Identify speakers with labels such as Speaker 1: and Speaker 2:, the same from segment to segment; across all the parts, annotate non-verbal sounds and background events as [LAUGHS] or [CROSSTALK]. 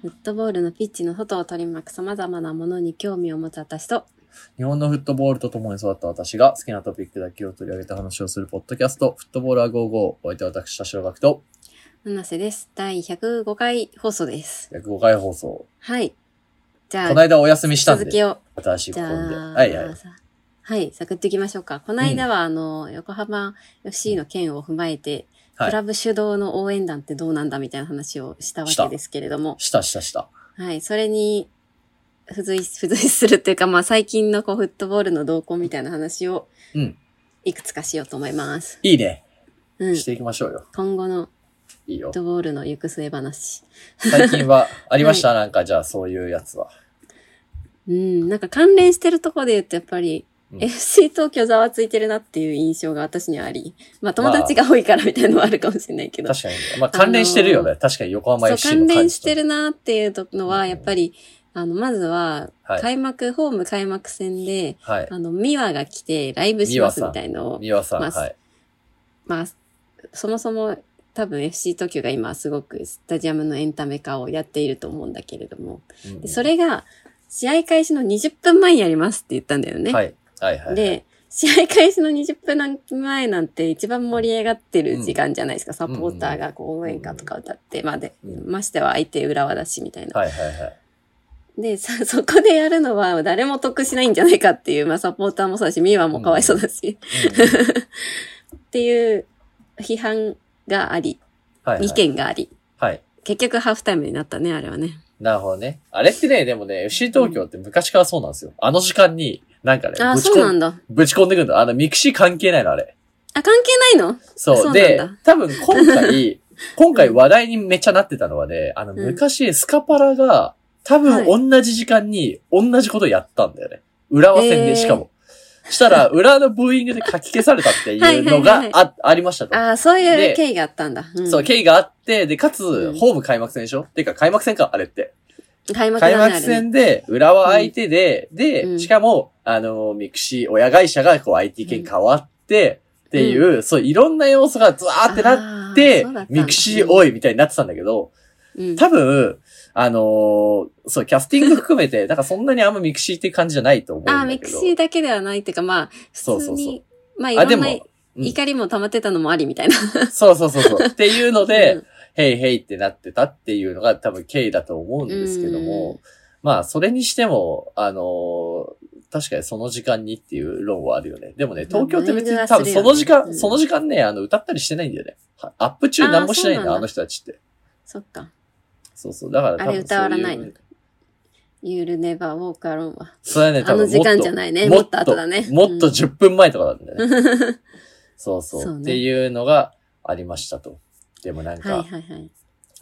Speaker 1: フットボールのピッチの外を取り巻く様々なものに興味を持つ私と、
Speaker 2: 日本のフットボールと共に育った私が好きなトピックだけを取り上げて話をするポッドキャスト、フットボールは55お相手は私、田代学と、
Speaker 1: 七瀬です。第105回放送です。
Speaker 2: 105回放送。
Speaker 1: はい。じゃ
Speaker 2: この
Speaker 1: あ、
Speaker 2: 間お休みしたん
Speaker 1: 続
Speaker 2: で、
Speaker 1: きを。
Speaker 2: 新しい
Speaker 1: じ
Speaker 2: コ
Speaker 1: ゃ
Speaker 2: ンで。
Speaker 1: あ、
Speaker 2: はいはい。
Speaker 1: さはい、サクッといきましょうか。この間は、あの、横浜 FC の件を踏まえて、
Speaker 2: は
Speaker 1: クラ
Speaker 2: い。
Speaker 1: ブ主導の応援団ってどうなんだみたいな話をしたわけですけれども、
Speaker 2: したしたした。
Speaker 1: はい、それに、付随、 [LAUGHS] 付随するっていうか、まあ、最近のこう、フットボールの動向みたいな話を、
Speaker 2: うん。
Speaker 1: いくつかしようと思います。
Speaker 2: いいね。
Speaker 1: うん
Speaker 2: し。ていきましょうよ。
Speaker 1: 今後の
Speaker 2: いいよ
Speaker 1: フッ。トボールの行く末話。
Speaker 2: 最近は、ありました、なんか、じゃあ、そういうやつは。
Speaker 1: うん、なんか関連してるところで言うと、やっぱり、
Speaker 2: うん
Speaker 1: FC 東京ざわついてるなっていう印象が私にはあり、まあ友達が多いからみたいなのもあるかもしれないけど、
Speaker 2: 確かに。まあ、関連してるよね。
Speaker 1: あ
Speaker 2: 確かに横浜
Speaker 1: そう
Speaker 2: FC の
Speaker 1: 関連
Speaker 2: 感
Speaker 1: し
Speaker 2: じと
Speaker 1: てるなっていうの
Speaker 2: う
Speaker 1: は、
Speaker 2: ん
Speaker 1: やっぱり、あの、まずは、
Speaker 2: はい。
Speaker 1: 開幕、ホーム開幕戦で、
Speaker 2: はい。
Speaker 1: あの、ミワが来てライブします
Speaker 2: ミワさん
Speaker 1: みたいのを、
Speaker 2: 三輪さん、
Speaker 1: まあ
Speaker 2: はい。
Speaker 1: まあ、そもそも多分 FC 東京が今すごくスタジアムのエンタメ化をやっていると思うんだけれども、
Speaker 2: うんうん
Speaker 1: でそれが、試合開始の20分前にやりますって言ったんだよね。
Speaker 2: はい。はいはいはい。
Speaker 1: で、試合開始の20分前なんて一番盛り上がってる時間じゃないですか。サポーターがこう応援歌とか歌って、まあで、
Speaker 2: うん
Speaker 1: ましては相手浦和だしみたいな。
Speaker 2: はいはいはい。
Speaker 1: で、さそこでやるのは誰も得しないんじゃないかっていう、まあサポーターもそうだし、ミーワもかわいそうだし、
Speaker 2: うん
Speaker 1: っていう批判があり、 [LAUGHS]
Speaker 2: はいはい
Speaker 1: 意見があり、
Speaker 2: はい。
Speaker 1: 結局ハーフタイムになったね、あれはね。
Speaker 2: なるほどね。あれってね、でもね、FC 東京って昔からそうなんですよ。あの時間に、なんかね、
Speaker 1: ああ、
Speaker 2: ぶち
Speaker 1: そうな
Speaker 2: 込ん
Speaker 1: んだ。
Speaker 2: ぶち込んでくるの。あの、ミクシー関係ないの、あれ。
Speaker 1: あ、関係ないの
Speaker 2: そう。
Speaker 1: そうなんだ
Speaker 2: で、多分今
Speaker 1: [LAUGHS]
Speaker 2: 回、今回話題にめっちゃなってたのはね、あの、
Speaker 1: うん
Speaker 2: 昔、スカパラが、多分同じ時間に同じことやったんだよね。浦和戦
Speaker 1: へー
Speaker 2: で、しかも。したら、浦和のブーイングで書き消されたっていうの
Speaker 1: はい
Speaker 2: が
Speaker 1: はいは
Speaker 2: あ、ありましたと。
Speaker 1: ああ、そうい
Speaker 2: で
Speaker 1: う経緯があったんだ。うん
Speaker 2: そう、経緯があって、で、かつ
Speaker 1: ん、
Speaker 2: ホーム開幕戦でしょてか、開幕戦か、あれって。
Speaker 1: 開幕だね
Speaker 2: 開幕
Speaker 1: あれね
Speaker 2: 戦で、浦和相手で、で、
Speaker 1: うん
Speaker 2: しかも、あの、ミクシー、親会社がこう IT 権変わって、っていう、そう、いろんな要素がズワーってなっ
Speaker 1: あー
Speaker 2: て
Speaker 1: そうだっ、たんだ
Speaker 2: ミクシー多いみたいになってたんだけど、
Speaker 1: うん
Speaker 2: 多分、あのーそう、キャスティング含めて、 [LAUGHS] だからそんなにあんまミクシーっていう感じじゃないと思うんだけ
Speaker 1: あ
Speaker 2: ど。
Speaker 1: あ、ミクシーだけではないっていうか、まあ、
Speaker 2: そう
Speaker 1: 普通
Speaker 2: そうそう
Speaker 1: に、まあ、い
Speaker 2: あ、
Speaker 1: ろ
Speaker 2: で
Speaker 1: ん
Speaker 2: も
Speaker 1: な、
Speaker 2: うん
Speaker 1: 怒りも溜まってたのもありみたいな。 [LAUGHS]
Speaker 2: そうそうそうそう。っていうの
Speaker 1: う
Speaker 2: で
Speaker 1: ん、
Speaker 2: ヘイヘイってなってたっていうのが多分経緯だと思うんですけど
Speaker 1: う
Speaker 2: も、まあ、それにしても、あのー確かにその時間にっていう論はあるよね。でもね、東京って別
Speaker 1: まあ
Speaker 2: に多分その時間、
Speaker 1: ブーイングはするよねうん
Speaker 2: その時間ね、あの、歌ったりしてないんだよね。はアップ中何もしないん
Speaker 1: あー
Speaker 2: だ
Speaker 1: そうなんだ
Speaker 2: あの人たちって。
Speaker 1: そっか。
Speaker 2: そうそう。だから多分
Speaker 1: あれ歌わらない
Speaker 2: そう
Speaker 1: の
Speaker 2: う。
Speaker 1: You'll never walk alone は。
Speaker 2: それはね、
Speaker 1: あ
Speaker 2: 多
Speaker 1: の
Speaker 2: 分
Speaker 1: 時
Speaker 2: もっと
Speaker 1: 間じゃないね。も
Speaker 2: も
Speaker 1: っと後だね。
Speaker 2: もっと
Speaker 1: うん
Speaker 2: 10分前とかなんだよね。
Speaker 1: [LAUGHS]
Speaker 2: そうそう
Speaker 1: そうね
Speaker 2: っていうのがありましたと。でもなんか、
Speaker 1: はいはいはい。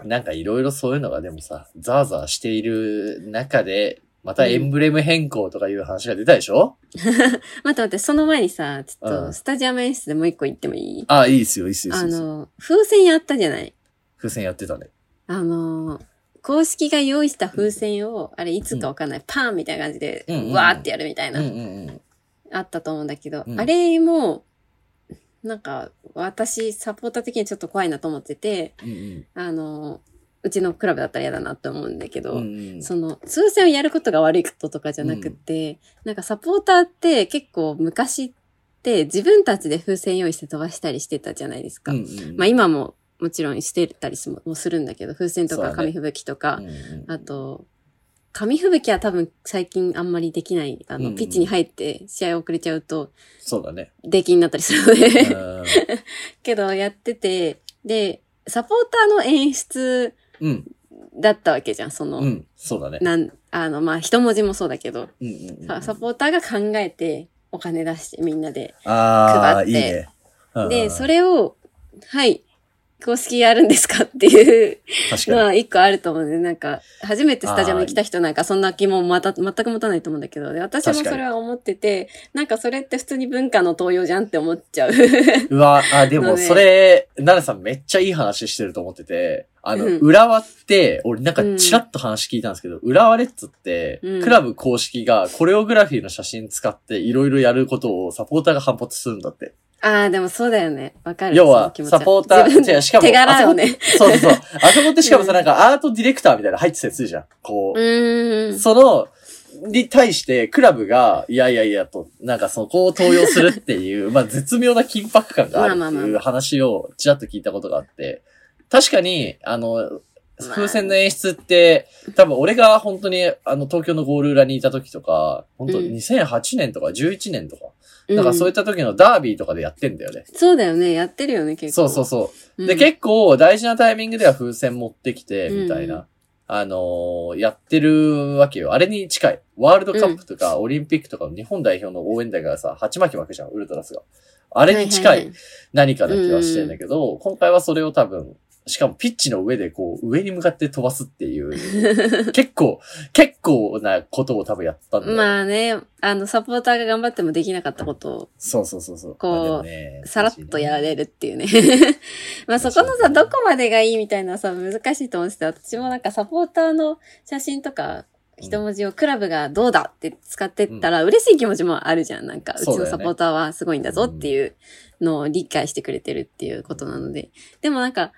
Speaker 2: なんかいろいろそういうのがでもさ、ザーザーしている中で、またエンブレム変更とかいう話が出たでしょ、
Speaker 1: 待って待って、その前にさ、ちょっ
Speaker 2: う
Speaker 1: と、
Speaker 2: ん
Speaker 1: スタジアム演出でもう一個言ってもいい
Speaker 2: ああ、いいっすよ、いいっすよ、いい
Speaker 1: あ
Speaker 2: っすよ。
Speaker 1: の、風船やったじゃない
Speaker 2: 風船やってたね。
Speaker 1: あの、公式が用意した風船を、あれいつかわかんない、パンみたいな感じで、
Speaker 2: うんうんうん
Speaker 1: わーってやるみたい
Speaker 2: うん
Speaker 1: な
Speaker 2: う、んうん。
Speaker 1: あったと思うんだけど、
Speaker 2: うん
Speaker 1: あれも、なんか、私、サポーター的にちょっと怖いなと思ってて、
Speaker 2: うんうん
Speaker 1: あの、うちのクラブだったら嫌だなと思うんだけど、
Speaker 2: うんうん。
Speaker 1: その、通線をやることが悪いこととかじゃなくて、なんかサポーターって結構昔って自分たちで風船用意して飛ばしたりしてたじゃないですか。
Speaker 2: うんうん
Speaker 1: まあ今ももちろんしてたりももするんだけど、風船と
Speaker 2: そうだ
Speaker 1: か紙
Speaker 2: ね
Speaker 1: 吹雪とか、
Speaker 2: うんうん
Speaker 1: あと、紙吹雪は多分最近あんまりできない、あ
Speaker 2: うんう
Speaker 1: の、
Speaker 2: ん
Speaker 1: ピッチに入って試合遅れちゃうと、
Speaker 2: そう
Speaker 1: [LAUGHS]
Speaker 2: だね。
Speaker 1: 出禁になったりするの
Speaker 2: う
Speaker 1: で、
Speaker 2: ん
Speaker 1: けどやってて、で、サポーターの演出
Speaker 2: うん。
Speaker 1: だったわけじゃん、その、
Speaker 2: うん。そうだね。
Speaker 1: なん、あの、まあ、一文字もそうだけど、
Speaker 2: うんうんうん
Speaker 1: さサポーターが考えて、お金出してみんなで。
Speaker 2: ああ、
Speaker 1: 配っ
Speaker 2: い
Speaker 1: て
Speaker 2: いね。うんうん
Speaker 1: で、それを、はい、公式やるんですかっていう
Speaker 2: 確
Speaker 1: の
Speaker 2: か
Speaker 1: は一個あると思うんで、なんか、初めてスタジアムに来た人なんかそんな気もまた、全く持たないと思うんだけど、で私も
Speaker 2: 確か
Speaker 1: そ
Speaker 2: に
Speaker 1: れは思ってて、なんかそれって普通に文化の東用じゃんって思っちゃう。
Speaker 2: に。うわ、あ、で
Speaker 1: の
Speaker 2: も
Speaker 1: ね
Speaker 2: それ、奈良さんめっちゃいい話してると思ってて、あの、
Speaker 1: うん
Speaker 2: 浦和って、俺なんかチラッと話聞いたんですけど、浦和レッズって、
Speaker 1: うん
Speaker 2: クラブ公式がコレオグラフィーの写真使っていろいろやることをサポーターが反発するんだって。
Speaker 1: ああ、でもそうだよね。わかる。
Speaker 2: 要は
Speaker 1: その気持ち
Speaker 2: サポーター
Speaker 1: 自分
Speaker 2: 違うしかも
Speaker 1: 手柄をね。
Speaker 2: そうそうそう。あそこってしかもさ、
Speaker 1: うん
Speaker 2: なんかアートディレクターみたいなの入ってたりするじゃん。こ
Speaker 1: う
Speaker 2: う。
Speaker 1: ーん。
Speaker 2: その、に対して、クラブが、いやいやいやと、なんかそこを登用するって
Speaker 1: [LAUGHS]
Speaker 2: いう、まあ絶妙な緊迫感がある
Speaker 1: まあ
Speaker 2: っ
Speaker 1: まあ
Speaker 2: てい
Speaker 1: ま
Speaker 2: う話をちらっと聞いたことがあって、確かに、あの、
Speaker 1: まあ
Speaker 2: 風船の演出って、多分俺が本当に、あの、東京のゴール裏にいた時とか、本当
Speaker 1: うん
Speaker 2: 2008年とか11年とか、
Speaker 1: うん
Speaker 2: なんかそういった時のダービーとかでやってんだよね。
Speaker 1: そうだよね。やってるよね、結
Speaker 2: そ
Speaker 1: 構。
Speaker 2: うそうそう。
Speaker 1: うん。
Speaker 2: で、結構大事なタイミングでは風船持ってきて、みたいな。
Speaker 1: うん
Speaker 2: あのーやってるわけよ。あれに近い。ワールドカップとかオリンピックとかの日本代表の応援団がさ、鉢巻き巻くじゃん、ウルトラスが。あれに近
Speaker 1: はいはい
Speaker 2: 何かな気はしてんだけど、今回はそれを多分、しかもピッチの上でこう、上に向かって飛ばすって
Speaker 1: [LAUGHS]
Speaker 2: いう、
Speaker 1: いはい
Speaker 2: 結構、結構なことを多分やったんだよ。
Speaker 1: まあね、あの、サポーターが頑張ってもできなかったことを
Speaker 2: そうそうそうそう。
Speaker 1: こう
Speaker 2: まあでもね
Speaker 1: さらっとやられるっていうね。まあそこの
Speaker 2: 確か
Speaker 1: さ、
Speaker 2: に
Speaker 1: どこまでがいいみたいなさ、難しいと思ってて、私もなんかサポーターの写真とか、一文字をクラブがどうだって使ってったら嬉しい気持ちもあるじゃん。なんか、うち
Speaker 2: そうだ
Speaker 1: の
Speaker 2: よ
Speaker 1: サ
Speaker 2: ね
Speaker 1: ポーターはすごいんだぞっていうのを理解してくれてるっていうことなので。でもなんか、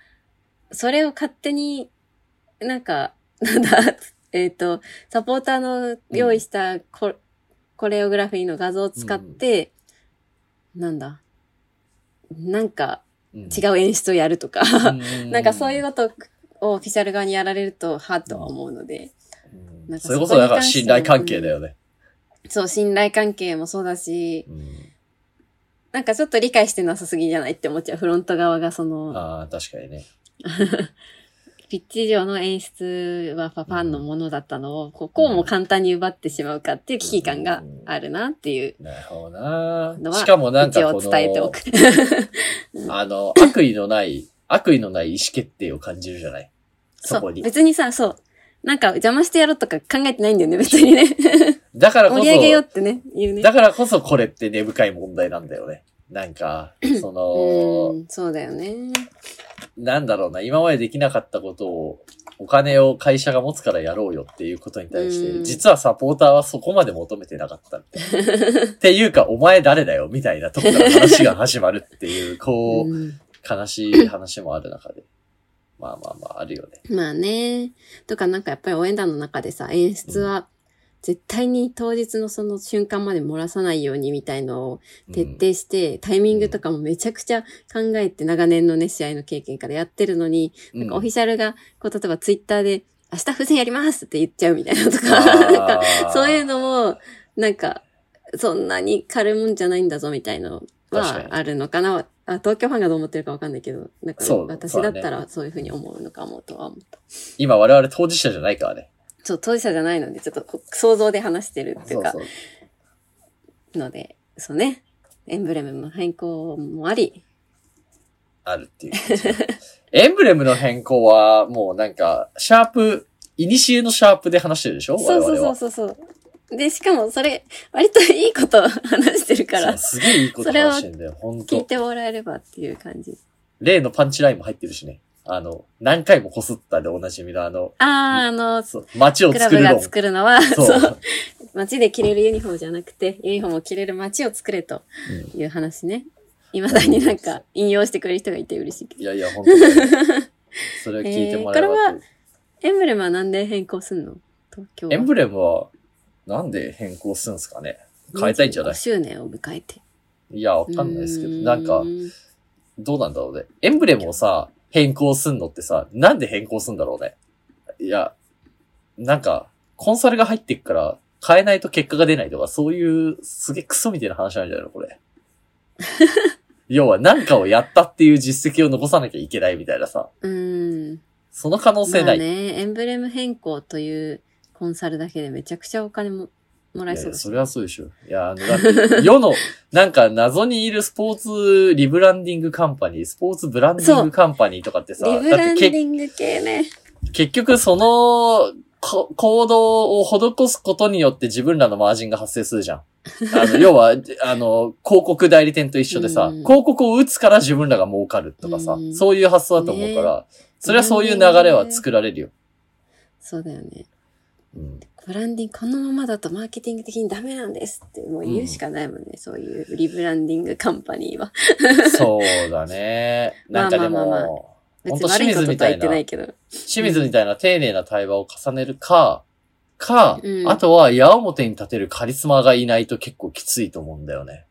Speaker 1: それを勝手に、なんか、なんだ、えっ、と、サポーターの用意したコ,、コレオグラフィーの画像を使って、なんだ、なんか違う演出をやるとか、
Speaker 2: う
Speaker 1: なんかそういうこ
Speaker 2: う
Speaker 1: とをオフィシャル側にやられると、はっとは思うので、
Speaker 2: ん
Speaker 1: なんか
Speaker 2: それこそだから信頼関係だよね。
Speaker 1: そう、信頼関係もそうだし、
Speaker 2: うん
Speaker 1: なんかちょっと理解してなさすぎじゃないって思っちゃう。フロント側がその、
Speaker 2: ああ、確かにね。
Speaker 1: ピッチ上の演出はファファンのものだったのを、ここをもう簡単に奪ってしまうかっていう危機感があるなっていう、
Speaker 2: なるほどな
Speaker 1: のは
Speaker 2: しかもなんか
Speaker 1: 一
Speaker 2: こ
Speaker 1: 応伝えてお
Speaker 2: の
Speaker 1: く、。
Speaker 2: あの、悪意のない、悪意のない意思決定を感じるじゃないそこ
Speaker 1: う。
Speaker 2: に。
Speaker 1: 別にさ、そう。なんか邪魔してやろうとか考えてないん
Speaker 2: [LAUGHS]
Speaker 1: だよね、別にね。
Speaker 2: だからこ
Speaker 1: 盛り上げようっ
Speaker 2: そ、
Speaker 1: てね、言うね。
Speaker 2: だからこそこれって根深い問題なんだよね。なんか、そうの、
Speaker 1: ーん、そうだよね。
Speaker 2: なんだろうな、今までできなかったことを、お金を会社が持つからやろうよっていうことに対し
Speaker 1: う
Speaker 2: て、
Speaker 1: ん
Speaker 2: 実はサポーターはそこまで求めてなかったみたいな。っていうか、お前誰だよみたいなとこから話が始まるっていう、こう、
Speaker 1: うん
Speaker 2: 悲しい話もある中で。まあまあまあ、あるよね。
Speaker 1: まあね。とかなんかやっぱり応援団の中でさ、演出は絶対に当日のその瞬間まで漏らさないようにみたいのを
Speaker 2: うん
Speaker 1: 徹底して、タイミングとかもめちゃくちゃ考えて長年のね、試合の経験からやってるのに、なんかオフィシャルが、こう、例えばツイッターで、明日風船やりますって言っちゃうみたいなとか、なんか、
Speaker 2: あー
Speaker 1: そういうのも、なんか、そんなに軽いもんじゃないんだぞみたいの
Speaker 2: 確かに
Speaker 1: はあるのかな。あ東京ファンがどう思ってるかわかんないけど、なんか
Speaker 2: そう
Speaker 1: 私
Speaker 2: そう
Speaker 1: だっ
Speaker 2: だね
Speaker 1: たらそういうふうに思うのかもとは思う。
Speaker 2: 今我々当事者じゃないからね。
Speaker 1: ちょっと当事者じゃないので、ちょっとこう想像で話してるっていうか、
Speaker 2: う。
Speaker 1: ので、そうね。エンブレムの変更もあり、
Speaker 2: あるっていう感じ。エンブレムの変更は、もうなんか、シャープ、イニシエのシャープで話してるでしょ
Speaker 1: そうそう
Speaker 2: 我々
Speaker 1: そ
Speaker 2: は
Speaker 1: うそうそう。で、しかもそれ、割といいことを話してるから、
Speaker 2: そうすげえいいこと
Speaker 1: それを
Speaker 2: 話してんだよ。本
Speaker 1: 聞い
Speaker 2: 当
Speaker 1: てもらえればっていう感じ。
Speaker 2: 例のパンチラインも入ってるしね。あの、何回もこすったでおなじみのあの、
Speaker 1: あー、あの、
Speaker 2: そう街を
Speaker 1: クラ
Speaker 2: 作
Speaker 1: ブ
Speaker 2: る
Speaker 1: が
Speaker 2: の。
Speaker 1: 作るのは、
Speaker 2: そう
Speaker 1: そう。街で着れるユニフォームじゃなくて、ユニフォームを着れる街を作れという話ね。未だになんか引用してくれる人がいて嬉しいけど。
Speaker 2: いやいや、本当だよそれを聞いてもらえ
Speaker 1: えー
Speaker 2: ばと
Speaker 1: これはエンブレムはなんで変更すんの東京は。
Speaker 2: エンブレムは、なんで変更するんですかね変えたいんじゃない
Speaker 1: ?5 周年を迎えて。
Speaker 2: いや、わかんないですけど、
Speaker 1: うー
Speaker 2: なんか、どうなんだろうね。エンブレムをさ、変更すんのってさ、なんで変更すんだろうね。いや、なんか、コンサルが入ってくから、変えないと結果が出ないとか、そういう、すげえクソみたいな話なんじゃないのこれ。要は、なんかをやったっていう実績を残さなきゃいけないみたいなさ、
Speaker 1: うーん。
Speaker 2: その可能性
Speaker 1: ま
Speaker 2: な
Speaker 1: あ
Speaker 2: い。
Speaker 1: ね、エンブレム変更というコンサルだけでめちゃくちゃお金ももらえ
Speaker 2: いや
Speaker 1: そ
Speaker 2: いうや
Speaker 1: だし
Speaker 2: それはそうでしょ。いや、あの、だって、世の、なんか謎にいるスポーツリブランディングカンパニー、スポーツブランディングカンパニーとかってさ、
Speaker 1: リブ
Speaker 2: だ
Speaker 1: ラ
Speaker 2: っ
Speaker 1: ンデ
Speaker 2: てけ
Speaker 1: ィング系ね。
Speaker 2: 結局そのこ行動を施すことによって自分らのマージンが発生するじゃん。
Speaker 1: [LAUGHS]
Speaker 2: あの、要は、あの、広告代理店と一緒でさ、
Speaker 1: うん
Speaker 2: 広告を打つから自分らが儲かるとかさ、
Speaker 1: うん
Speaker 2: そういう発想だと思うから、それはそういう流れは作られるよ。
Speaker 1: そうだよね。 [LAUGHS]
Speaker 2: うん。
Speaker 1: ブランディングこのままだとマーケティング的にダメなんですってもう言うしかないもんね、そういうリブランディングカンパニーは。
Speaker 2: そうだね。なんかでも、
Speaker 1: まあまあまあま別に
Speaker 2: 本当
Speaker 1: 悪
Speaker 2: 清
Speaker 1: いこ
Speaker 2: 水
Speaker 1: ととは
Speaker 2: みた
Speaker 1: 言
Speaker 2: い
Speaker 1: って
Speaker 2: な、
Speaker 1: ないけど。
Speaker 2: 清水みたいな丁寧な対話を重ねるか、か、
Speaker 1: うん
Speaker 2: あとは矢面に立てるカリスマがいないと結構きついと思うんだよね。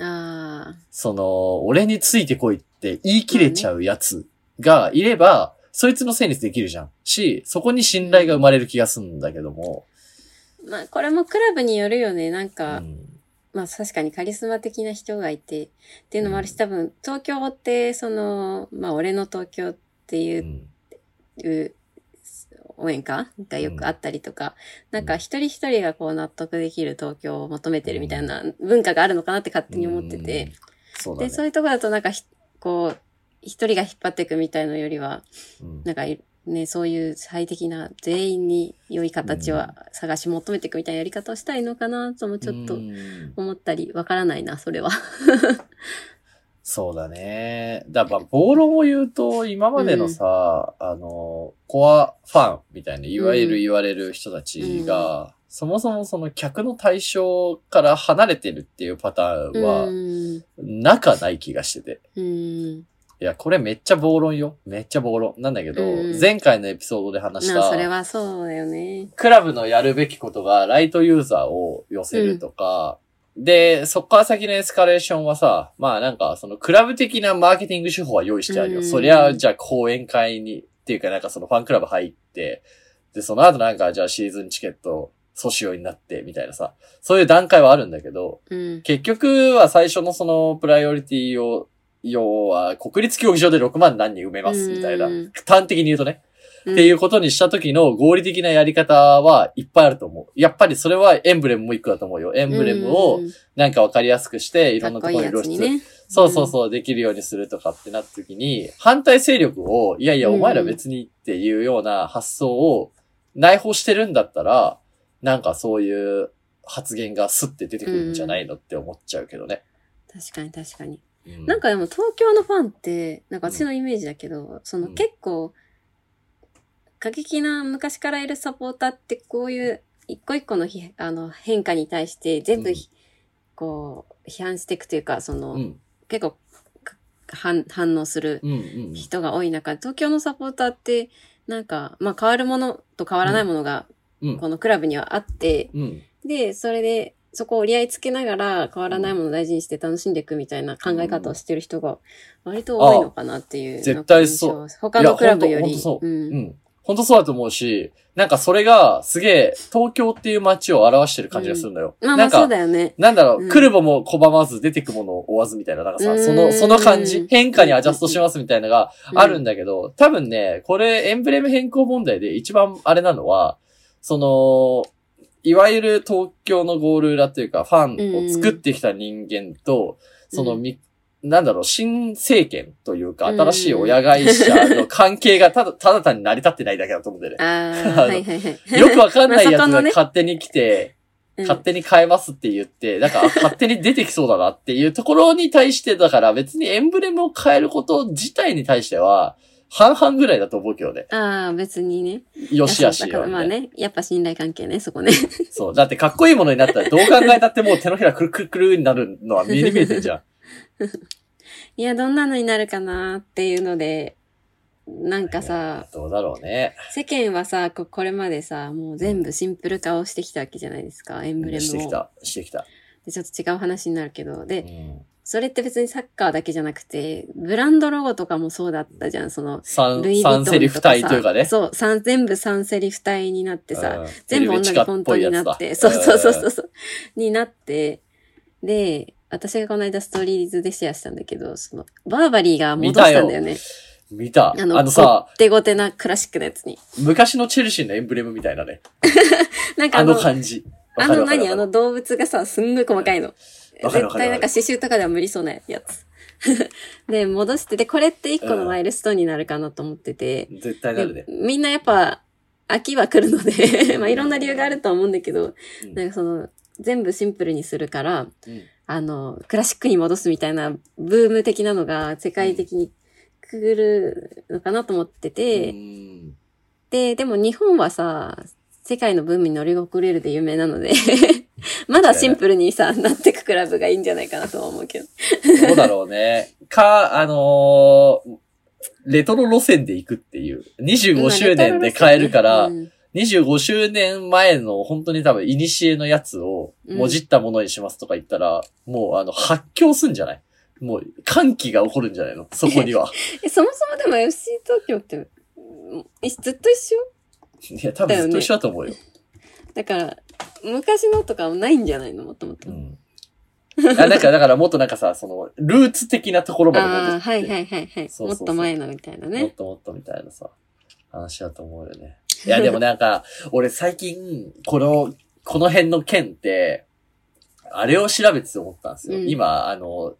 Speaker 1: ああ。
Speaker 2: その、俺についてこいって言い切れちゃうやつがいれば、そいつのせいにできるじゃん。し、そこに信頼が生まれる気がするんだけども。
Speaker 1: まあ、これもクラブによるよね。なん
Speaker 2: う
Speaker 1: か、
Speaker 2: ん。
Speaker 1: まあ、確かにカリスマ的な人がいて、っていうのもあるし、多分、東京って、その、まあ、俺の東京っていううんいう応援歌がよくあったりとか、なんか一人一人がこう納得できる東京を求めてるみたいな文化があるのかなって勝手に思って
Speaker 2: うん
Speaker 1: て、。
Speaker 2: そうだね。
Speaker 1: で、そういうとこだとなんかひこう、一人が引っ張っていくみたいのよりは、
Speaker 2: うん
Speaker 1: なんかいね、そういう最適な全員に良い形
Speaker 2: う
Speaker 1: を
Speaker 2: ん
Speaker 1: 探し求めていくみたいなやり方をしたいのかなともちょっ
Speaker 2: う
Speaker 1: と
Speaker 2: ん
Speaker 1: 思ったり、わからないな、それは。
Speaker 2: そうだね。だから、暴論を言うと、今までのさ、あの、コアファンみたいな、いわゆ
Speaker 1: う
Speaker 2: る
Speaker 1: ん
Speaker 2: 言われる人たちが、そもそもその客の対象から離れてるっていうパターン
Speaker 1: う
Speaker 2: [LAUGHS] は、
Speaker 1: ーん。
Speaker 2: なかない気がしてて。
Speaker 1: うーん。
Speaker 2: いや、これめっちゃ暴論よ。めっちゃ暴論。なんだけど、
Speaker 1: うん
Speaker 2: 前回のエピソードで話し
Speaker 1: まあ、それ
Speaker 2: た、
Speaker 1: はそうだよね。
Speaker 2: クラブのやるべきことがライトユーザーを寄せるとか、で、そこから先のエスカレーションはさ、まあなんか、そのクラブ的なマーケティング手法は用意してあるよ。
Speaker 1: うん
Speaker 2: そりゃ、じゃあ講演会に、っていうかなんかそのファンクラブ入って、で、その後なんか、じゃあシーズンチケット、訴訟になって、みたいなさ、そういう段階はあるんだけど、
Speaker 1: うん。
Speaker 2: 結局は最初のそのプライオリティを、要は国立競技場で6万何人埋めますみたいな
Speaker 1: うん、
Speaker 2: 端的に言うとね、
Speaker 1: っ
Speaker 2: っていううことにした時の合理的なやり方はいっぱいあると思う。やっぱりそれはエンブレムも一個だと思うよ。エンブレムを
Speaker 1: ん
Speaker 2: なんかわかりやすくして、いろ
Speaker 1: か
Speaker 2: んな
Speaker 1: っ
Speaker 2: と
Speaker 1: こ
Speaker 2: こ
Speaker 1: いい
Speaker 2: ろに
Speaker 1: やつに
Speaker 2: 露出
Speaker 1: ね。
Speaker 2: そうそうそう、できるようにするとかってなった時に、反対勢力を、いやいや、
Speaker 1: うん
Speaker 2: お前ら別にっていうような発想を内包してるんだったら、なんかそういう発言がスッて出てくるんじゃないのって思っちゃうけどね。
Speaker 1: 確かに確かに。
Speaker 2: な
Speaker 1: なん、かでも東京のファンって、なんか私のイメージだけど、その
Speaker 2: うん
Speaker 1: 結構、過激な昔からいるサポーターってこういう一個一個のひあの変化に対して全部ひ、こう批判していくというか、その、
Speaker 2: うん、
Speaker 1: 結構か反反応する
Speaker 2: うん、うん。
Speaker 1: 人が多い中、東京のサポーターって、なんか、まあ変わるものと変わらないものが、
Speaker 2: うん
Speaker 1: このクラブにはあって、
Speaker 2: うん。
Speaker 1: で、それで、そこを折り合いつけながら変わらないものを大事にして楽しんでいくみたいな考え方をしてる人が割と多いのかなっていう。
Speaker 2: あ絶対そ
Speaker 1: な
Speaker 2: う
Speaker 1: んか印象。他のクラブよ
Speaker 2: いやほん
Speaker 1: り。。
Speaker 2: とほんとそううんん。本当そうだと思うし、なんかそれがすげえ東京っていう街を表してる感じがするのよ。
Speaker 1: まあま
Speaker 2: な
Speaker 1: あ
Speaker 2: んか
Speaker 1: そうだよね。
Speaker 2: なんだろ
Speaker 1: う
Speaker 2: う、
Speaker 1: ん
Speaker 2: 来るもも拒まず出てくものを追わずみたいな、なんか
Speaker 1: う
Speaker 2: さ、
Speaker 1: ん
Speaker 2: その、その感じ、変化にアジャストしますみたいなのがあるん
Speaker 1: だ。
Speaker 2: だけど、多分ね、これエンブレム変更問題で一番あれなのは、その、いわゆる東京のゴール裏というか、ファンを作ってきた人間と、
Speaker 1: うん
Speaker 2: そのみ、なんだろう、新政権というか、
Speaker 1: うん
Speaker 2: 新しい親会社の関係がただ、ただ単に成り立ってないだけだと思うんだよ
Speaker 1: [LAUGHS]
Speaker 2: ね。
Speaker 1: ああ
Speaker 2: [LAUGHS] あ、の
Speaker 1: はいはいはい。
Speaker 2: よくわかんないやつ
Speaker 1: まあそこの
Speaker 2: が
Speaker 1: ね
Speaker 2: 勝手に来て、
Speaker 1: うん
Speaker 2: 勝手に変えますって言って、なんか勝手に出てきそうだなっていうところに対して、だから別にエンブレムを変えること自体に対しては、半々ぐらいだと思うけどね。
Speaker 1: ああ、別にね。
Speaker 2: よしあし
Speaker 1: いやそうだか
Speaker 2: よ、
Speaker 1: ら
Speaker 2: み
Speaker 1: ま
Speaker 2: た
Speaker 1: あ
Speaker 2: いな。
Speaker 1: ね、やっぱ信頼関係ね、そこね。 [LAUGHS]
Speaker 2: そう。だってかっこいいものになったらどう考えたってもう手のひらくるくるくるになるのは目に見えてんじゃん。
Speaker 1: いや、どんなのになるかなっていうので、なんかさ、
Speaker 2: どうだろうね。
Speaker 1: 世間はさ、ここれまでさ、もう全部シンプル化をしてきたわけじゃないですか、エンブレムを。
Speaker 2: してきた。してきた。
Speaker 1: で、ちょっと違う話になるけど、で
Speaker 2: う、ん。
Speaker 1: それって別にサッカーだけじゃなくて、ブランドロゴとかもそうだったじゃん、その、
Speaker 2: 三
Speaker 1: ルイ・、ヴィトンと
Speaker 2: 三
Speaker 1: かさ
Speaker 2: セリフ体というかね。
Speaker 1: そう、三全部三セリフ体になってさ、
Speaker 2: うん
Speaker 1: 全部同じフォントになって、そうそうそうそうそう、になって、で、私がこの間ストーリーズでシェアしたんだけテルビチカっぽいやつだ。うんその、バーバリーが戻したんだよね。
Speaker 2: 見た。
Speaker 1: あ
Speaker 2: あ
Speaker 1: の、
Speaker 2: のさ、
Speaker 1: ゴッテゴテなクラシックのやつに。
Speaker 2: 昔のチェルシーのエンブレムみたいなね。
Speaker 1: なんか
Speaker 2: あ
Speaker 1: あ
Speaker 2: の
Speaker 1: の、
Speaker 2: 感じ。
Speaker 1: あ
Speaker 2: わかる
Speaker 1: の
Speaker 2: わかる
Speaker 1: 何あの動物がさ、すんごい細かいの。
Speaker 2: わかる
Speaker 1: 絶
Speaker 2: わかる
Speaker 1: 対な
Speaker 2: わ
Speaker 1: ん
Speaker 2: か
Speaker 1: か
Speaker 2: る
Speaker 1: 刺繍とかでは無理そうなやつ。 [LAUGHS] で、戻して、で、これって一個のマイルストーンになるかなと思ってて、
Speaker 2: 絶対なるね
Speaker 1: で。みんなやっぱ、秋は来るので、 [LAUGHS] まあいろんな理由があるとは思うんだけど、
Speaker 2: うん
Speaker 1: なんかその、全部シンプルにするから、
Speaker 2: うん
Speaker 1: あの、クラシックに戻すみたいな、ブーム的なのが世界的にくぐるのかなと思ってて、
Speaker 2: うん
Speaker 1: で、でも日本はさ、世界の文明に乗り遅れるで有名なので、 [LAUGHS] まだシンプルにさ、なってくクラブがいいんじゃないかなとは思うけど。
Speaker 2: どうだろうね。か、あのーレトロ路線で行くっていう。25周年で買えるから、
Speaker 1: うん
Speaker 2: 25周年前の本当に多分、古のやつを、もじったものにしますとか言ったら、もうあの、発狂すんじゃないもう、歓喜が起こるんじゃないのそこに
Speaker 1: [LAUGHS]
Speaker 2: は。
Speaker 1: え、そもそもでも FC 東京って、うんいずっと一緒
Speaker 2: いや、多分ずっと一緒だと思うよ。
Speaker 1: だから、昔のとかはないんじゃないのもともと。
Speaker 2: うん。あ、なんか、だからもっとなんかさ、その、ルーツ的なところまで戻って
Speaker 1: ああ、はいはいはいはい。
Speaker 2: そうそうそう
Speaker 1: もっと前のみたいな
Speaker 2: もっ
Speaker 1: ね。
Speaker 2: ともっとみたいなさ、話だと思うよね。いや、でもなんか、 [LAUGHS] 俺最近、この、この辺の件って、あれを調べてて思ったんですよ。
Speaker 1: うん
Speaker 2: 今、あの、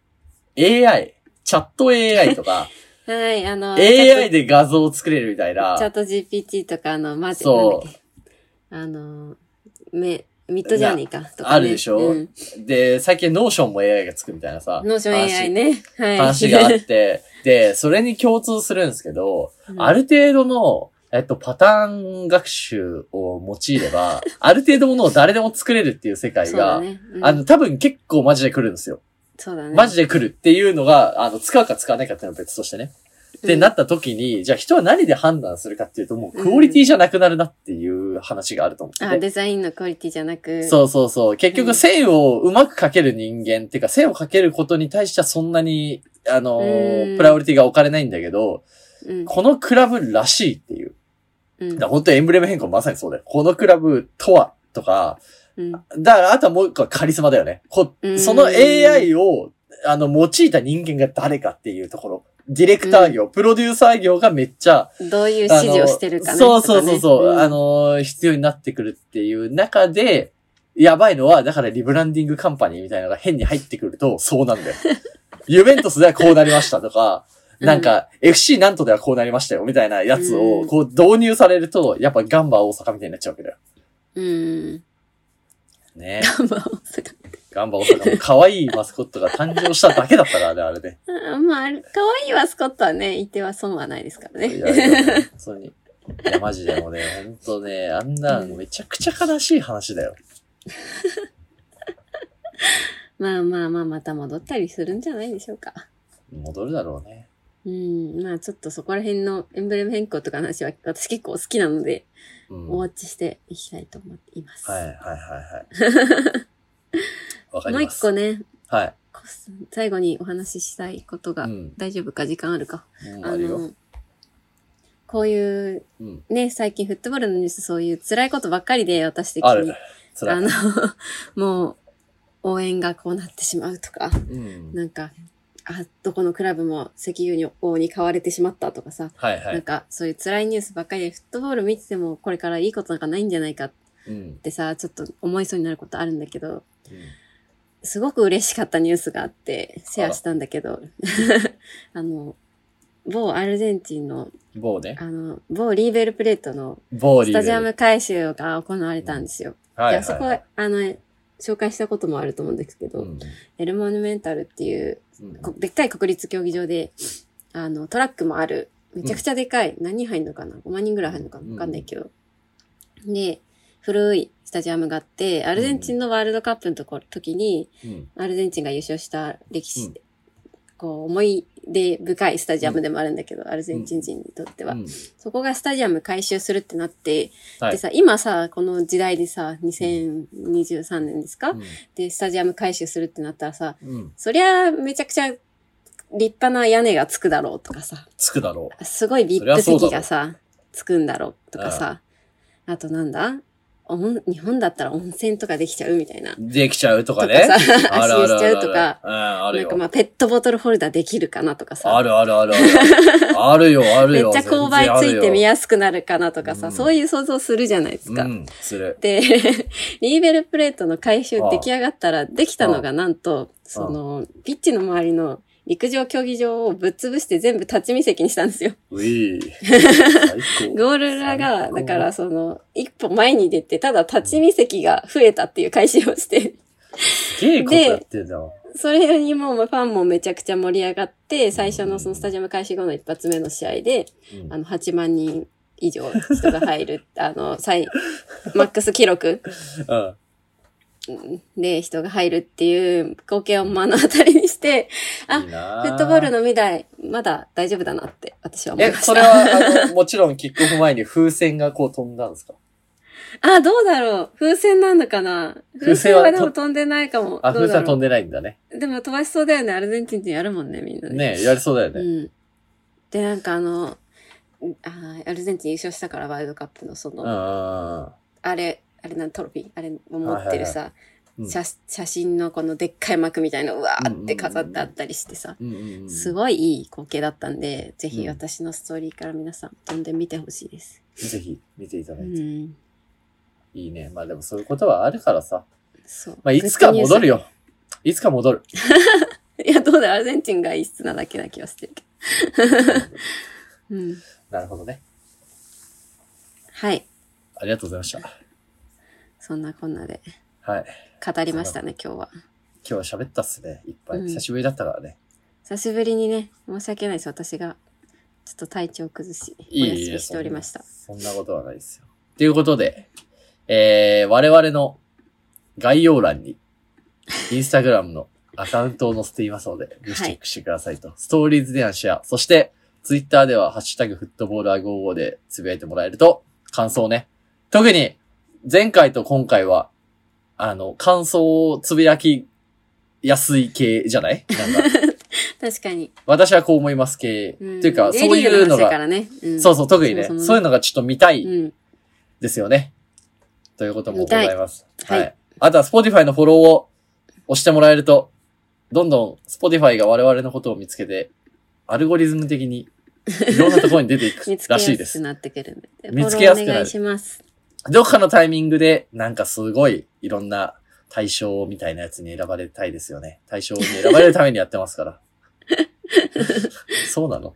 Speaker 2: AI、チャット AI とか、
Speaker 1: はい、 [LAUGHS] あの、
Speaker 2: AI で画像を作れるみたいな
Speaker 1: チャッ、ト GPT とか、あの、マジなん
Speaker 2: そう
Speaker 1: だっけあの、め、ミッドジャーニーか。とかね、
Speaker 2: あるでしょ
Speaker 1: うん、
Speaker 2: で、最近ノーションも AI が作るみたいなさ、
Speaker 1: ノーション AI ね。はい。
Speaker 2: 話、話
Speaker 1: [LAUGHS]
Speaker 2: があって、で、それに共通するんですけど、
Speaker 1: うん
Speaker 2: ある程度の、えっと、パターン学習を用い
Speaker 1: [LAUGHS]
Speaker 2: れば、ある程度ものを誰でも作れるっていう世界
Speaker 1: そうだ
Speaker 2: が、
Speaker 1: ね。うん
Speaker 2: あの、多分結構マジで来るんですよ。
Speaker 1: そうだね。
Speaker 2: マジで来るっていうのが、あの、使うか使わないかっていうのは別としてね。ってなった時に、じゃあ人は何で判断するかっていうと、もうクオリティじゃなくなるなっていう話があると思
Speaker 1: うん
Speaker 2: っ
Speaker 1: あ、
Speaker 2: てて。
Speaker 1: デザインのクオリティじゃなく。
Speaker 2: そうそうそう。結
Speaker 1: う
Speaker 2: 局
Speaker 1: ん
Speaker 2: 線をうまくかける人間っていうか、線をかけることに対してはそんなに、あのー
Speaker 1: うん
Speaker 2: プライオリティが置かれないんだけど、
Speaker 1: うん。
Speaker 2: このクラブらしいっていう。
Speaker 1: うん
Speaker 2: だから本当にエンブレム変更まさにそうだよ。このクラブとは、とか、
Speaker 1: うん。
Speaker 2: だから、あとはもう一個はカリスマだよね。こ
Speaker 1: うん
Speaker 2: その AI を、あの、用いた人間が誰かっていうところ。ディレクター業、プロデューサー業がめっちゃ、
Speaker 1: どういう指
Speaker 2: あの
Speaker 1: 示をしてるかね。
Speaker 2: そうそうそうそう、
Speaker 1: とかね
Speaker 2: あ、の、必要になってくるっていう中で、やばいのは、だからリブランディングカンパニーみたいなのが変に入ってくると、そうなん
Speaker 1: [LAUGHS]
Speaker 2: だよ。ユベントスではこうなりましたとか、
Speaker 1: うん
Speaker 2: なんか、FC なんとではこうなりましたよ、みたいなやつ
Speaker 1: う
Speaker 2: を、
Speaker 1: ん
Speaker 2: こう導入されると、やっぱガンバ大阪みたいになっちゃうわけだよ。
Speaker 1: うん。 [LAUGHS]
Speaker 2: ね
Speaker 1: ガンバ大阪
Speaker 2: ガンバ大阪も可愛いマスコットが誕生しただけだったからね、あれね。
Speaker 1: あまあ、あれ可愛いマスコットはね、いては損はないですから
Speaker 2: いやいやい
Speaker 1: ね。
Speaker 2: や、本当に。いや、マジでもうね、ほんとね、あんなめちゃくちゃ悲しい話だよ。
Speaker 1: [LAUGHS] まあまあまあ、また戻ったりするんじゃないでしょうか。
Speaker 2: 戻るだろうね。
Speaker 1: うん、まあちょっとそこら辺のエンブレム変更とかの話は私結構好きなので、
Speaker 2: うん。
Speaker 1: お
Speaker 2: はい
Speaker 1: ウォッチしていきたいと思っています。
Speaker 2: はいはい
Speaker 1: [LAUGHS]
Speaker 2: はい。わか
Speaker 1: も
Speaker 2: り
Speaker 1: う
Speaker 2: ま
Speaker 1: 一
Speaker 2: す。
Speaker 1: 個ね、
Speaker 2: はい。
Speaker 1: こ最後にお話ししたいことが、
Speaker 2: うん。
Speaker 1: 大丈夫か時間あるか。
Speaker 2: うん、
Speaker 1: あ
Speaker 2: あるよ。
Speaker 1: の、こういう、
Speaker 2: うん。
Speaker 1: ね、最近フットボールのニュースそういう辛いことばっかりで私的に。
Speaker 2: ある。つら
Speaker 1: あ
Speaker 2: い。
Speaker 1: の、 [LAUGHS] もう、応援がこうなってしまうとか、
Speaker 2: うん。
Speaker 1: なんか、あ、どこのクラブも石油に王に買われてしまったとかさ、
Speaker 2: はいは
Speaker 1: なん
Speaker 2: い。
Speaker 1: かそういう辛いニュースばっかりで、フットボール見ててもこれからいいことなんかないんじゃないかっ
Speaker 2: うんうん。
Speaker 1: てさ、ちょっと思いそうになることあるんだけど、すごく嬉しかったニュースがあって、シェアしたんだけど、 [LAUGHS] あの、某アルゼンチンの、
Speaker 2: 某ね。
Speaker 1: あの、某リーベルプレートの
Speaker 2: 某
Speaker 1: ス
Speaker 2: リーベ
Speaker 1: タ
Speaker 2: ル
Speaker 1: ジアム改修が行われたんですよ。
Speaker 2: は
Speaker 1: であ
Speaker 2: いはい
Speaker 1: そこ
Speaker 2: はい。
Speaker 1: は、あの、紹介したこともあると思うんですけど、
Speaker 2: うん
Speaker 1: エルモニュメンタルっていう、
Speaker 2: うん
Speaker 1: こでっかい国立競技場で、あの、トラックもある、めちゃくちゃでかい、何人入んのかな ?5 万人ぐらい入んのか
Speaker 2: うん
Speaker 1: なわかんないけど。で、古いスタジアムがあって、アルゼンチンのワールドカップのとこ時に、
Speaker 2: うん
Speaker 1: アルゼンチンが優勝した歴史、
Speaker 2: うん
Speaker 1: こう、思い出深いスタジアムでもあるんだけど、アルゼンチン人にとっては。
Speaker 2: うん
Speaker 1: そこがスタジアム改修するってなって、
Speaker 2: はい
Speaker 1: でさ、今さ、この時代でさ、2023年ですか、で、スタジアム改修するってなったらさ、
Speaker 2: うん。うん。
Speaker 1: そりゃ、めちゃくちゃ立派な屋根がつくだろうとかさ、
Speaker 2: つくだろ
Speaker 1: すごいビ
Speaker 2: そり
Speaker 1: ッ
Speaker 2: ゃ
Speaker 1: プ
Speaker 2: そうだろう
Speaker 1: 席がさ、つくんだろうとかさ、あとなんだ温日本だったら温泉とかできちゃうみたいな。
Speaker 2: う。できちゃうと
Speaker 1: と
Speaker 2: か
Speaker 1: か
Speaker 2: ね。
Speaker 1: [LAUGHS] さ、
Speaker 2: あ
Speaker 1: 足
Speaker 2: るあ
Speaker 1: 湯
Speaker 2: る
Speaker 1: し
Speaker 2: あ
Speaker 1: ちゃ
Speaker 2: るあ
Speaker 1: う
Speaker 2: る
Speaker 1: とか、
Speaker 2: うん、ある
Speaker 1: なん
Speaker 2: よ
Speaker 1: か。まあペットボトルホルダーできるかなとかさ、
Speaker 2: あるあるある
Speaker 1: [LAUGHS]
Speaker 2: ある。あるよ、ある
Speaker 1: めっ
Speaker 2: よ。
Speaker 1: ちゃ勾配ついて見
Speaker 2: え
Speaker 1: やすくなるかなとか
Speaker 2: う
Speaker 1: さ、
Speaker 2: ん
Speaker 1: そういう想像するじゃないですか。
Speaker 2: うん、する。
Speaker 1: で、 [LAUGHS] リーベルプレートの回収
Speaker 2: ああ
Speaker 1: 出来上がったら、できたの
Speaker 2: あ
Speaker 1: がなんと、その、ピッチの周りの陸上競技場をぶっ潰して全部立ち見席にしたんですよ。 [LAUGHS]
Speaker 2: うい最高。
Speaker 1: ゴール裏
Speaker 2: 最
Speaker 1: が、
Speaker 2: 高
Speaker 1: だからその、一歩前に出て、ただ立ち見席が増えたっていう回収をして、 [LAUGHS]
Speaker 2: すげえことやってんだ。
Speaker 1: それにもうファンもめちゃくちゃ盛り上がって、最初のそのスタジアム開始後の一発目の試合で、
Speaker 2: うん
Speaker 1: あの、8万人以上人が入る、 [LAUGHS] あの、最、マックス記録
Speaker 2: うん。
Speaker 1: で人が入るっていう光景を目の当たりにして、あ
Speaker 2: いいな
Speaker 1: フットボール
Speaker 2: の。
Speaker 1: の未来、まだ大丈夫だなって私は思い
Speaker 2: え、
Speaker 1: ました。
Speaker 2: それは、あの、もちろんキックオフ前に風船がこう飛んだんですか
Speaker 1: あ、どうだろう風船なのかな
Speaker 2: 風
Speaker 1: 風船
Speaker 2: 船は
Speaker 1: はでも飛んでないかも。
Speaker 2: あ、
Speaker 1: ど
Speaker 2: 風
Speaker 1: うだ
Speaker 2: 船は
Speaker 1: ろ
Speaker 2: 飛
Speaker 1: うん
Speaker 2: でないんだね。
Speaker 1: でも飛ばしそうだよね。アルゼンチンってやるもんね、みんなね。
Speaker 2: ねやりそうだよね。
Speaker 1: うん。で、なんかあの、あーアルゼンチン優勝したからワールドカップのその、
Speaker 2: うんうんうん。
Speaker 1: あれ、あれなんトロフィーあれを持ってるさ、
Speaker 2: うん
Speaker 1: 写写真のこのでっかい幕みたいのうわーって飾ってあったりしてさ、
Speaker 2: うんうんうん
Speaker 1: すごいいい光景だったんで、ぜ
Speaker 2: うん
Speaker 1: ひ私のストーリーから皆さん飛んでみてほしいです。
Speaker 2: ぜひ見ていただ
Speaker 1: う
Speaker 2: いて。
Speaker 1: ん。
Speaker 2: いいね。まあでもそういうことはあるからさ。
Speaker 1: そう。
Speaker 2: まあいつか戻る
Speaker 1: よ。
Speaker 2: よ。いつか戻る。
Speaker 1: いや、どうだろうアルゼンチンが異質なだけな気がしてるけど。うん。
Speaker 2: なるほどね。
Speaker 1: はい。
Speaker 2: ありがとうございました。
Speaker 1: そんなこんなで
Speaker 2: はい。
Speaker 1: 語りましたね、今日は。
Speaker 2: 今日は喋ったっすね。いっぱい。
Speaker 1: うん
Speaker 2: 久しぶりだったからね。
Speaker 1: 久しぶりにね、申し訳ないです。私が、ちょっと体調崩し、お
Speaker 2: いえいえ
Speaker 1: 休みしておりました。
Speaker 2: そんなことはないですよ。ということで、えー、我々の概要欄に、インスタグラムのアカウントを載せていますので、ぜひチェックしてくださいと。ストーリーズでのシェア。そして、ツイッターでは、ハッシュタグフットボールアゴーでつぶやいてもらえると、感想ね。特に、前回と今回は、あの、感想をつぶやきやすい系じゃないなんか、
Speaker 1: 確かに。
Speaker 2: 私はこう思います系。と
Speaker 1: ん
Speaker 2: いうか、
Speaker 1: J
Speaker 2: そう
Speaker 1: リー
Speaker 2: い
Speaker 1: グ
Speaker 2: うの
Speaker 1: 話だか
Speaker 2: が、
Speaker 1: らね。うん
Speaker 2: そうそう、特にね、
Speaker 1: そもそもね
Speaker 2: そういうのがちょっと見たい
Speaker 1: うん。
Speaker 2: ですよね。ということもございます。
Speaker 1: 見
Speaker 2: は
Speaker 1: た
Speaker 2: い。
Speaker 1: い
Speaker 2: あとは Spotify のフォローを押してもらえると、どんどん Spotify が我々のことを見つけて、アルゴリズム的にいろんなところに出てい
Speaker 1: [LAUGHS]
Speaker 2: く
Speaker 1: 見つけ
Speaker 2: ら
Speaker 1: や
Speaker 2: しい
Speaker 1: す
Speaker 2: で
Speaker 1: く
Speaker 2: す。
Speaker 1: なってくるんで。
Speaker 2: 見つけやす
Speaker 1: フォロ
Speaker 2: くなる
Speaker 1: ーお願いします。
Speaker 2: どっかのタイミングで、なんかすごいいろんな対象みたいなやつに選ばれたいですよね。対象に選ばれるためにやってますから。そうなの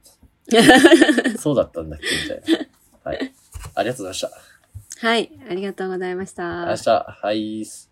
Speaker 2: そうだったんだっけみたいな。はい。ありがとうございました。
Speaker 1: はい。ありがとうございました。
Speaker 2: 明日、はいっす。